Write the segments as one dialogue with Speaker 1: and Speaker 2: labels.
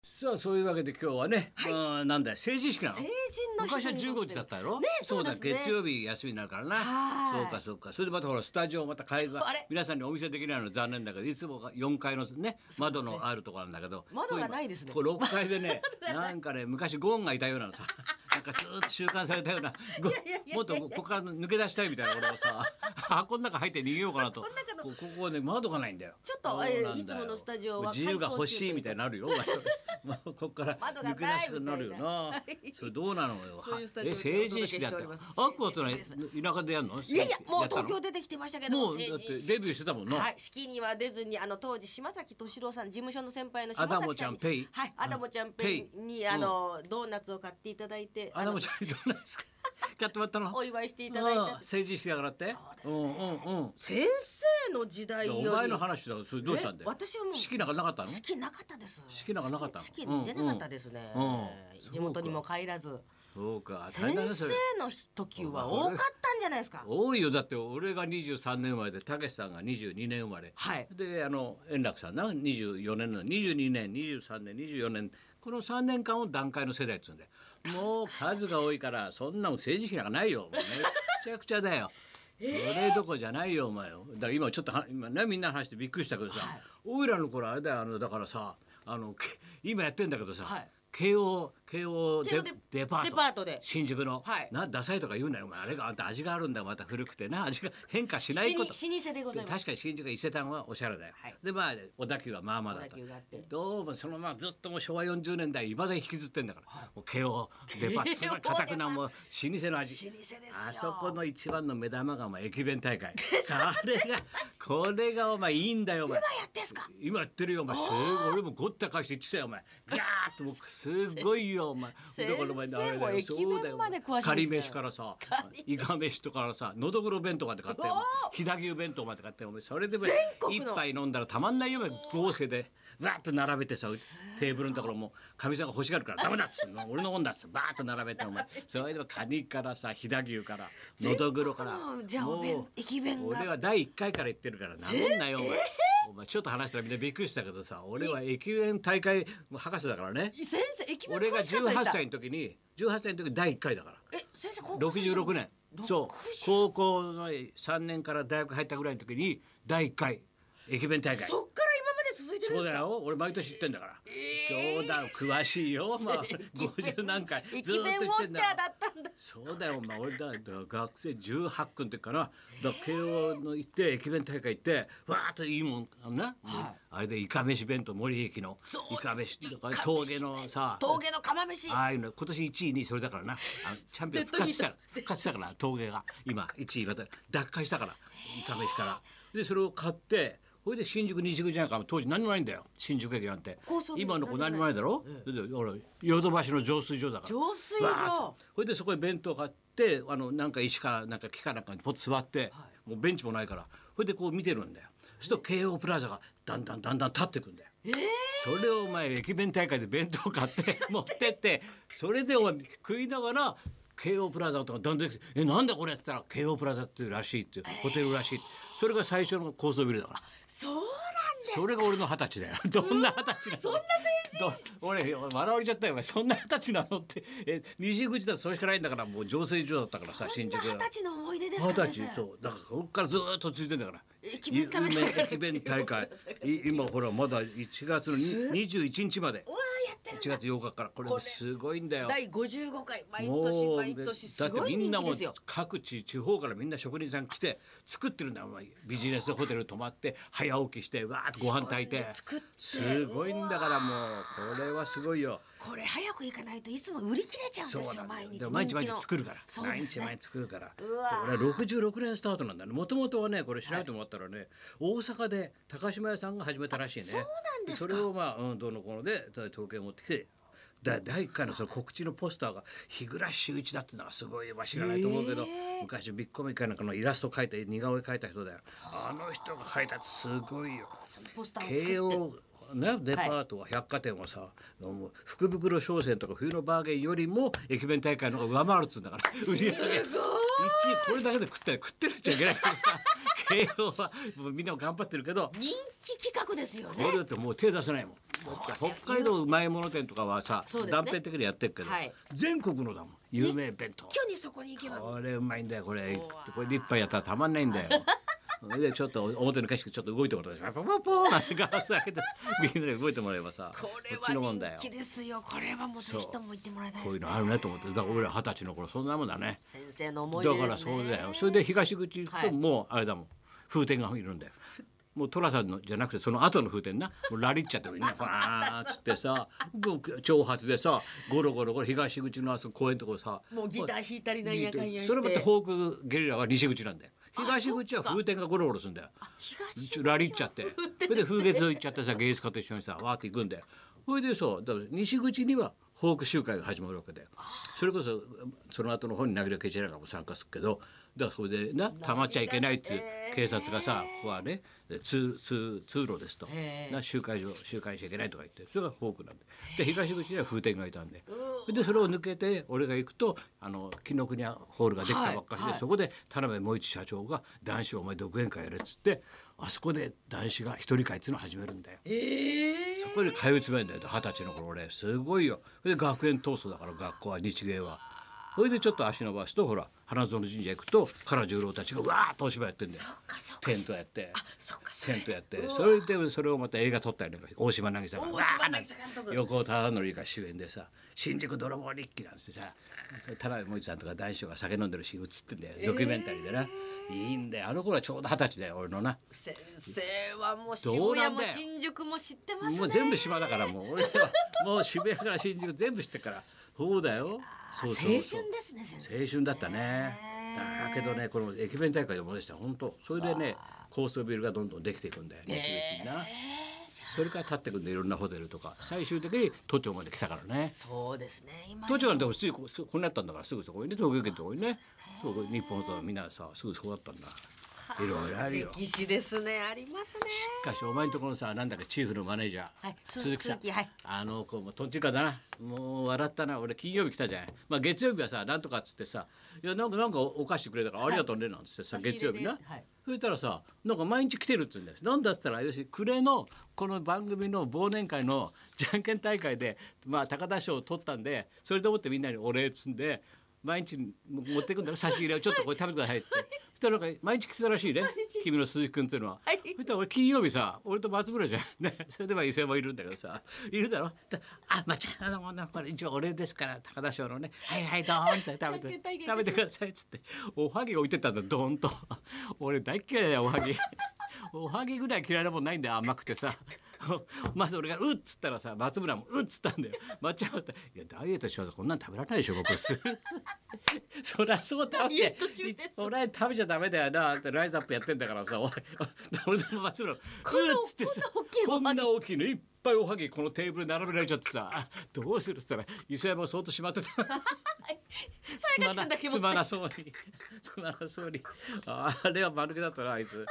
Speaker 1: さあそういうわけで今日はね、
Speaker 2: はい
Speaker 1: あーなんだよ成人式なの
Speaker 2: 成人の日
Speaker 1: 昔は
Speaker 2: に戻
Speaker 1: 15
Speaker 2: って
Speaker 1: 時
Speaker 2: る
Speaker 1: だったやろ、
Speaker 2: ねえそうですね
Speaker 1: だ月曜日休みになるからな
Speaker 2: は
Speaker 1: そ
Speaker 2: い
Speaker 1: うかそうかそれでまたほらスタジオまた階が
Speaker 2: あれ
Speaker 1: 皆さんにお見せできないの残念だけどいつもが4階のね窓のあるところなんだけど
Speaker 2: 窓がないですね
Speaker 1: こう今こう6階で ねなんかね昔ゴーンがいたようなのさなんかずーっと習慣されたようなゴーン
Speaker 2: いやいやいやいや
Speaker 1: もっとここから抜け出したいみたいな俺はさ 箱の中入って逃げようかなとこ
Speaker 2: の
Speaker 1: うここはね窓がないんだよ
Speaker 2: ちょっと
Speaker 1: そうなんだよ
Speaker 2: えーいつものスタジオは
Speaker 1: 自由が欲しいみたいになるよお前それまあここから
Speaker 2: 窓
Speaker 1: 抜
Speaker 2: が
Speaker 1: け
Speaker 2: な
Speaker 1: 出
Speaker 2: い
Speaker 1: したくなるよな
Speaker 2: はい
Speaker 1: それどうなのよ
Speaker 2: そういうスタジオ
Speaker 1: え成人式だった
Speaker 2: お届けしております
Speaker 1: アクアとは田舎でやるの
Speaker 2: いやいやもう
Speaker 1: ったの
Speaker 2: 東京出てきてましたけど
Speaker 1: もうだってデビューしてたもんな、
Speaker 2: はい、式には出ずにあの当時島崎敏郎さん事務所の先輩の島崎
Speaker 1: アダモちゃ
Speaker 2: さ
Speaker 1: ん
Speaker 2: ん
Speaker 1: ペイ
Speaker 2: はい、アダモちゃんペイに、
Speaker 1: うん
Speaker 2: あのドーナツを買っていただいて
Speaker 1: あ
Speaker 2: あ
Speaker 1: で
Speaker 2: の
Speaker 1: もちゃんどうなんです かやってもらったの
Speaker 2: お祝いしていただい
Speaker 1: ああ
Speaker 2: た
Speaker 1: 成人式だからってうんうんうん
Speaker 2: 先生の時代より
Speaker 1: お前の話だろそれどうしたんだよ
Speaker 2: え私はもう
Speaker 1: 式なんかなかったの
Speaker 2: 式なかったです
Speaker 1: 式なんかなかったの
Speaker 2: 式に出なかったですね、
Speaker 1: うんうんうん
Speaker 2: 地元にも帰らず
Speaker 1: そうか大変
Speaker 2: 先生
Speaker 1: だねそれ
Speaker 2: の時は多かったんじゃないですか
Speaker 1: 多いよだって俺が23年生まれでたけしさんが22年生まれ、
Speaker 2: はい
Speaker 1: であの円楽さんな24年なの22年23年24年この3年間を段階の世代っつうんでもう数が多いからそんなもん政治費なんかないよもうめっちゃくちゃだ よ。それどころじゃないよお前よだから今ちょっとは今ねみんなの話してびっくりしたけどさ、おいらの頃あれだよあのだからさあのけ今やってんだけどさ、
Speaker 2: はい
Speaker 1: 慶応慶応
Speaker 2: 慶
Speaker 1: デ
Speaker 2: 応で
Speaker 1: デパート
Speaker 2: デパートで
Speaker 1: 新宿の、
Speaker 2: はい
Speaker 1: なダサいとか言うなよお前あれがあんた味があるんだよまた古くてな味が変化しない
Speaker 2: 老
Speaker 1: こと
Speaker 2: 舗老舗でございま
Speaker 1: 確
Speaker 2: す
Speaker 1: かに新宿は伊勢丹はおしゃれだよ、
Speaker 2: はい
Speaker 1: でまあ小田急はまあまあだと
Speaker 2: 小田急があって
Speaker 1: どうもそのままずっともう昭和40年代いまだに引きずってんだから、もう慶応デパートそ
Speaker 2: 慶応
Speaker 1: んなかたくなもう老舗の味
Speaker 2: 老舗ですよ
Speaker 1: あそこの一番の目玉がお前駅弁大会 あれがこれがお前いいんだよお前
Speaker 2: 今やってんすか
Speaker 1: 今やってるよお前すごい俺もごった返して言ってたよお前ガーッとも うすごいよお前
Speaker 2: 先
Speaker 1: だからお前
Speaker 2: 生も駅弁まで詳しいですね
Speaker 1: 仮飯からさイカ飯とからさのどぐろ弁当まで買って
Speaker 2: おー
Speaker 1: 飛騨牛弁当まで買ってお前それでも
Speaker 2: 全国
Speaker 1: 一
Speaker 2: の
Speaker 1: 杯飲んだらたまんないよお前豪勢でわーっと並べてさテーブルのところもかみさんが欲しがるからダメだっつってもう俺のもんだっつってバーッと並べてお 前それでもカニからさ飛騨牛からのどぐろから
Speaker 2: 全国のじゃあお弁
Speaker 1: もう
Speaker 2: 駅弁が
Speaker 1: 俺は第一回から言ってるからなめんなよお前。お前ちょっと話したらみんなびっくりしたけどさ俺は駅弁大会博士だからね
Speaker 2: 先生駅弁
Speaker 1: 俺が
Speaker 2: 詳しかったでした
Speaker 1: 18歳の時に18歳の時第1回だから
Speaker 2: え先生高校生の時
Speaker 1: 66年そう高校の3年から大学入ったぐらいの時に第1回駅弁大会
Speaker 2: そっから今まで続いてる
Speaker 1: そ
Speaker 2: ん
Speaker 1: う
Speaker 2: です
Speaker 1: だ
Speaker 2: か
Speaker 1: よ俺毎年行ってんだから、冗談詳しいよ まあ50何回ずっ
Speaker 2: 駅
Speaker 1: と
Speaker 2: 弁ウ
Speaker 1: 行っ
Speaker 2: ォ
Speaker 1: てん
Speaker 2: ッ
Speaker 1: だ
Speaker 2: チャ
Speaker 1: か
Speaker 2: ーだ
Speaker 1: ら
Speaker 2: ったんだ
Speaker 1: そうだよお前俺だだから学生18区の時かなだから慶応の行って駅弁大会行ってわーっといいもんあのな、あれでいかめし弁当森駅の
Speaker 2: そう
Speaker 1: い
Speaker 2: です
Speaker 1: かめしとか
Speaker 2: いかめし
Speaker 1: 峠のさ
Speaker 2: 峠の釜飯
Speaker 1: ああいうの今年1位2位それだからなあのチャンピオン復活した復活したから峠が今1位また奪回したからいかめしからでそれを買ってそれで新宿西口なんか当時何もないんだよ新宿駅なんて
Speaker 2: 高層ビル
Speaker 1: 今の子何もないだろ、それでほらヨドバシの浄水場だから
Speaker 2: 浄水場
Speaker 1: わーっとそれでそこへ弁当買ってあのなんか石かなんか木かなんかにポッと座って、もうベンチもないからそれでこう見てるんだよそしたら京王プラザがだんだんだんだん立ってくんだよ
Speaker 2: えー
Speaker 1: それをお前駅弁大会で弁当買って 持ってってそれでお前食いながら京王プラザのとかどんどんえなんだこれ?」って言ったら「京王プラザっていうらしい」っていうホテルらしいそれが最初の高層ビルだから
Speaker 2: そうなんです
Speaker 1: それが俺の二十歳だよどんな二十歳なの
Speaker 2: そんな
Speaker 1: ど俺笑われちゃったよお前そんな二十歳なのってえ西口だとそれしかないんだからもう浄水場だったからさ新宿
Speaker 2: そんな二十歳の思い出です
Speaker 1: 二
Speaker 2: か
Speaker 1: 十
Speaker 2: 先生
Speaker 1: 歳そうだからこっからずーっと続いてんだから
Speaker 2: 駅弁食べ
Speaker 1: 有
Speaker 2: た
Speaker 1: 名駅弁大会い今ほらまだ1月のに21日まで
Speaker 2: うわーやってる
Speaker 1: 1月8日からこれもすごいんだよ。
Speaker 2: 第55回毎
Speaker 1: もう
Speaker 2: 年毎年す
Speaker 1: だっ
Speaker 2: ご
Speaker 1: て
Speaker 2: い
Speaker 1: みん
Speaker 2: 人
Speaker 1: な
Speaker 2: 気
Speaker 1: も
Speaker 2: ですよ
Speaker 1: 各地地方からみんな職人さん来て作ってるんだよお前ビジネスホテル泊まって早起きしてわーっとご飯炊いて
Speaker 2: 自分で作って
Speaker 1: すごいんだからもうこれはすごいよ。
Speaker 2: これ早く行かないといつも売り切れちゃうんですよ毎日
Speaker 1: でも毎日毎
Speaker 2: 人
Speaker 1: 日
Speaker 2: 気の
Speaker 1: 作るから、
Speaker 2: そう
Speaker 1: 毎
Speaker 2: です
Speaker 1: 日
Speaker 2: ね
Speaker 1: 毎日作るから
Speaker 2: うわ
Speaker 1: 俺66年スタートなんだねもともとはねこれ調べてもらったらね、大阪で高島屋さんが始めたらしいねそうなん
Speaker 2: ですか
Speaker 1: それをまあ、うん、どうのこうので東京へ持ってきてだ第1回のその告知のポスターが日暮修一だってのはすごいわ知らないと思うけど、昔ビッコメカなんかのイラスト描いて似顔絵描いた人だよあの人が描いたってすごいよ
Speaker 2: ポスターを作って
Speaker 1: 慶応ね、デパートは百貨店はさ、もう福袋商戦とか冬のバーゲンよりも駅弁大会の方が上回るっつうんだから売り上げ1位これだけで食ったら食ってるっちゃいけないからさ慶応はもうみんなも頑張ってるけど
Speaker 2: 人気企画ですよ
Speaker 1: こ
Speaker 2: ね
Speaker 1: れだってもう手出せないもん北海道うまいもの店とかはさ、
Speaker 2: そうですね
Speaker 1: 断片的にやってるけど、
Speaker 2: はい
Speaker 1: 全国のだもん有名弁当
Speaker 2: 今日にそこに行けば
Speaker 1: これうまいんだよこれ食ってこれで一杯やったらたまんないんだよそれでちょっと表の景色ちょっと動いてもらってパパパポーンってガラス開 けてみんなで動いてもらえばさ
Speaker 2: これ
Speaker 1: っちのも
Speaker 2: は
Speaker 1: んだよ
Speaker 2: 人気ですよこれはもうぜひとも行ってもらいたいで
Speaker 1: こうい
Speaker 2: す
Speaker 1: う
Speaker 2: ね
Speaker 1: のあるねと思ってだから俺ら二十歳の頃そんなもんだね
Speaker 2: 先生の思い出
Speaker 1: だ
Speaker 2: です
Speaker 1: から
Speaker 2: ね
Speaker 1: そうだよそれで東口行く
Speaker 2: はい
Speaker 1: ともうあれだもん、風船がいるんだよもう寅さんのじゃなくてその後の風船なもうラリっちゃってるね ファーッつってさ長髪でさゴロゴロゴロ東口のあそこ公園のところさ
Speaker 2: もうギター弾いたりなんやかんやして
Speaker 1: それまたフォークゲリラは西口なんだよ東口は風船がゴロゴロするんだよ
Speaker 2: 東
Speaker 1: ちょラリっちゃって それで風月行っちゃってさ芸術家と一緒にさわーって行くんだよそれでそうだから西口にはフォーク集会が始まるわけでそれこそその後の本に殴りけちらがも参加するけどだからそれでなたまっちゃいけないっていう警察がさここはね通通通路ですと
Speaker 2: へー
Speaker 1: な集会所集会しちゃいけないとか言ってそれがフォークなんでで東口には風天がいたんででそれを抜けて俺が行くとあの紀ノ国屋ホールができたばっかしで、
Speaker 2: はいはい
Speaker 1: そこで田辺萌一社長が「男子お前独演会やれ」っつってあそこで男子が一人会っていうのを始めるんだよ。
Speaker 2: ええ
Speaker 1: そこで通い詰めんだよ二十歳の頃俺すごいよそれで学園闘争だから学校は日芸はそれでちょっと足伸ばすとほら花園神社行くと唐十郎たちがわーっとお芝居やってんだよ
Speaker 2: そっかそっか
Speaker 1: テントやって
Speaker 2: そっかそ
Speaker 1: テ
Speaker 2: っ
Speaker 1: ン
Speaker 2: か
Speaker 1: トやってそれでそれをまた映画撮ったりなんか大島渚が
Speaker 2: 大島
Speaker 1: わーなんて
Speaker 2: 渚監督
Speaker 1: 横尾忠則が主演でさ「新宿泥棒日記」なんてさ田辺萌一さんとか男子が酒飲んでるシーン映ってんだよドキュメンタリーでな、いいんだよあの頃はちょうど二十歳だよ俺のな
Speaker 2: 先生はも
Speaker 1: ど
Speaker 2: う渋
Speaker 1: うな
Speaker 2: 谷
Speaker 1: ん
Speaker 2: も
Speaker 1: だよ
Speaker 2: 新宿も知ってますね
Speaker 1: もう全部島だからもう俺はもう渋谷から新宿全部知ってっからそうだよそう
Speaker 2: 青
Speaker 1: そう
Speaker 2: 春
Speaker 1: そう
Speaker 2: ですね先生
Speaker 1: 青春だったねだけどねこの駅弁大会で思い出した本当それでね高層ビルがどんどんできていくんだよ西口にな、それから立ってくんでいろんなホテルとか最終的に都庁まで来たからね
Speaker 2: そうですね今
Speaker 1: 都庁なんてすぐこここにあったんだからすぐそこにね東京駅のとこにねそう日本放送はみんなさすぐそこだったんだいろいろあるよ
Speaker 2: 歴史ですねありますね
Speaker 1: しかしお前んとこのさなんだかチーフのマネージャー、
Speaker 2: はい鈴
Speaker 1: 鈴木さん
Speaker 2: 鈴木はい
Speaker 1: あの子もとんちんかんだなもう笑ったな俺金曜日来たじゃない、まあ、月曜日はさなんとかっつってさ「いやなんかなんかお菓子くれたからありがとうね」なんつってさ、
Speaker 2: 差し入れで
Speaker 1: 月曜日な、
Speaker 2: はい
Speaker 1: そしたらさなんか毎日来てるっつうんだよなんだっつったら要するに暮れのこの番組の忘年会のじゃんけん大会で、まあ、高田賞を取ったんでそれと思ってみんなにお礼っつんで毎日持ってくんだろ差し入れをちょっとこれ食べてくださいっつ って。そしたらなんか毎日来てたらしいね君の鈴木君っていうのは、
Speaker 2: はい
Speaker 1: そしたら俺金曜日さ俺と松村じゃんねそれでまあ伊勢もいるんだけどさいるだろだあ間違いないもんなこれ一応お礼ですから高田賞のねはいはいドーンって食べ
Speaker 2: じゃんけん大
Speaker 1: て
Speaker 2: 会
Speaker 1: 食べてくださいっつっておはぎ置いてったんだドーンと俺大っ嫌いだよおはぎ おはぎぐらい嫌いなもんないんだよ甘くてさ まず俺が「うっ」つったらさ松村も「うっ」つったんだよ松山って「いやダイエットしますこんなん食べられないでしょ僕普通」 そりゃそうだっ
Speaker 2: ダイエ
Speaker 1: て
Speaker 2: ット中です
Speaker 1: そりゃ食べちゃダメだよなあんたライズアップやってんだからさおい俺の松村こ
Speaker 2: んな
Speaker 1: っつってさ
Speaker 2: こんな
Speaker 1: こ
Speaker 2: 大きいおはぎ
Speaker 1: んな大きいのいっぱいおはぎこのテーブルに並べられちゃってさどうするっつったら磯山がそーっとしまってた
Speaker 2: さやかちゃんだけ
Speaker 1: つ
Speaker 2: も
Speaker 1: まらそうに つまらそうにあれは丸けだったなあいつ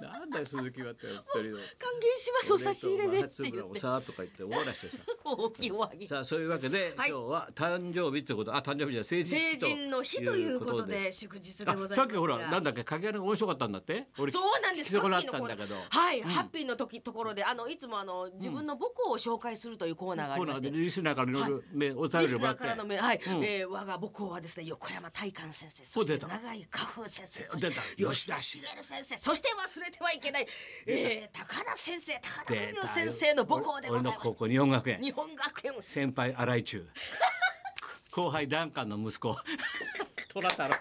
Speaker 1: なんだよ鈴木はって言ってるよ
Speaker 2: 歓迎しますお差し入れでって言
Speaker 1: 俺と松村
Speaker 2: っ
Speaker 1: お
Speaker 2: て
Speaker 1: さとか言って終わらしてさ
Speaker 2: 大きいおはぎ
Speaker 1: さあそういうわけで、
Speaker 2: はい
Speaker 1: 今日は誕生日ってことあ誕生日じゃない成人
Speaker 2: 成
Speaker 1: 式と
Speaker 2: 人の日ということ
Speaker 1: す
Speaker 2: で祝日でございま
Speaker 1: あ
Speaker 2: す
Speaker 1: さっきほら
Speaker 2: が
Speaker 1: なんだっけかけあれが面白かったんだって俺
Speaker 2: そうなんです
Speaker 1: 聞き損なっ
Speaker 2: ハッピ
Speaker 1: た
Speaker 2: ー
Speaker 1: んだ
Speaker 2: のコーナ
Speaker 1: けど
Speaker 2: ーはい、ハッピーの時ところであのいつもあの自分の母校を紹介するというコーナーがあ
Speaker 1: コ
Speaker 2: り
Speaker 1: ー
Speaker 2: ま
Speaker 1: ナ
Speaker 2: し
Speaker 1: ー
Speaker 2: て、
Speaker 1: でリスナーからいろいろメお便
Speaker 2: リ
Speaker 1: り
Speaker 2: ス
Speaker 1: もら
Speaker 2: ナ
Speaker 1: っ
Speaker 2: ー
Speaker 1: て
Speaker 2: からの目、はい、えー我が母校はですね、横山大観先生、そして
Speaker 1: 出た
Speaker 2: 長井花風先生、そして
Speaker 1: 出た
Speaker 2: 吉田茂先生、そして忘れてはいけない、えー高田先生、高田文夫先生の母校でございま
Speaker 1: 俺の
Speaker 2: す
Speaker 1: 高。校日本学園
Speaker 2: 日本学園を
Speaker 1: 先輩新井中 後輩ダンカンの息子虎太郎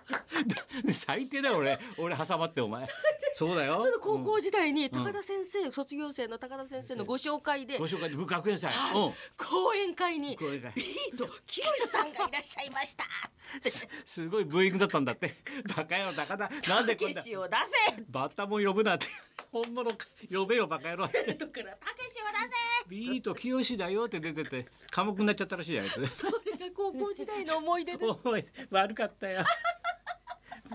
Speaker 1: 最低だよ俺俺挟まってお前そうだよ
Speaker 2: その高校時代に高田先生、卒業生の高田先生のご紹介で、
Speaker 1: ご紹介で学園祭、
Speaker 2: は
Speaker 1: う
Speaker 2: い
Speaker 1: ん、
Speaker 2: 講演会にビ
Speaker 1: 講演
Speaker 2: ー
Speaker 1: 会
Speaker 2: ト清志さんがいらっしゃいましたつって
Speaker 1: すごいブーイングだったんだってバカ野郎高田なんでこん
Speaker 2: 武
Speaker 1: な
Speaker 2: 志を出
Speaker 1: バッタも呼ぶなんて本物か呼べよバカ野郎
Speaker 2: せとから武志を出せ
Speaker 1: ビート清志だよって出てて寡黙になっちゃったらしいやつ
Speaker 2: それが高校時代の思い出 です
Speaker 1: おい悪かったよ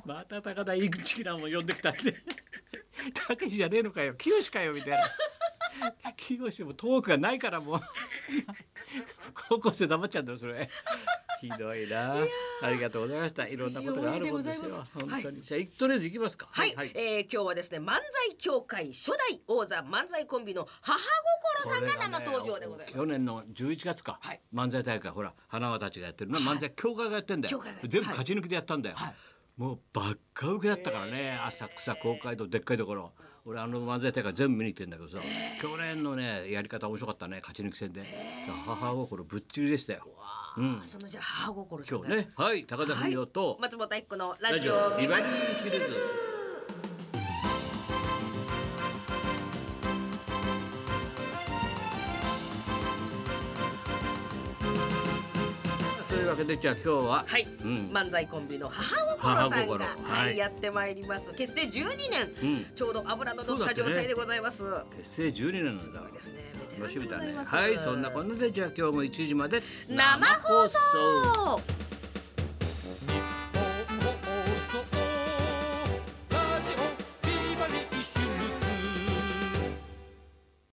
Speaker 1: また高田井口キラも呼んできたってたけしじゃねえのかよ清志かよみたいな清志もトークがないからもう高校生黙っちゃうんだよそれひどいな。ありがとうございました。いろんなことがあるもんです
Speaker 2: 美しい
Speaker 1: よ
Speaker 2: 思い。出でございま
Speaker 1: 本
Speaker 2: す
Speaker 1: 当に。じゃあ、とりあえず行きますか。
Speaker 2: はい、えー今日はですね漫才協会初代王座漫才コンビの母心さんが生登場でございま
Speaker 1: 去
Speaker 2: す。
Speaker 1: 年の11月か、
Speaker 2: はい
Speaker 1: 漫才大会ほら花輪たちがやってる、まあ漫才協会がやってんだよ、
Speaker 2: 協会がやってる
Speaker 1: 全部勝ち抜きでやったんだよ、
Speaker 2: はい
Speaker 1: もうばっか受けだったからね、浅草公会堂でっかいところ俺あの漫才大会全部見に行ってんだけどさ、去年のねやり方面白かったね勝ち抜き戦で、母心ぶっちぎりでしたよ
Speaker 2: あそのじゃあ母心さん
Speaker 1: 今日
Speaker 2: が
Speaker 1: ねはい高田文夫と、
Speaker 2: 松本一子のラ
Speaker 1: ラ
Speaker 2: ジ
Speaker 1: ジ
Speaker 2: オ
Speaker 1: オ
Speaker 2: ビ
Speaker 1: ビ
Speaker 2: バ
Speaker 1: バ
Speaker 2: リ
Speaker 1: リ
Speaker 2: ー
Speaker 1: ーヒルズ。そういうわけでじゃあ今日は、
Speaker 2: はい、
Speaker 1: うん、
Speaker 2: 漫才コンビの母心さんが
Speaker 1: 母心
Speaker 2: は
Speaker 1: はいい
Speaker 2: やってまいります結成12年、
Speaker 1: うん
Speaker 2: ちょうど油の乗っ
Speaker 1: そうだ
Speaker 2: た
Speaker 1: って
Speaker 2: 状
Speaker 1: ね
Speaker 2: 態でございます、
Speaker 1: 結成12年なんだ
Speaker 2: そうですねベ
Speaker 1: 楽
Speaker 2: テ
Speaker 1: し
Speaker 2: ラン
Speaker 1: みだ
Speaker 2: でござい
Speaker 1: ね
Speaker 2: ます
Speaker 1: はいそんなこんなでじゃあ今日も1時まで
Speaker 2: 生放送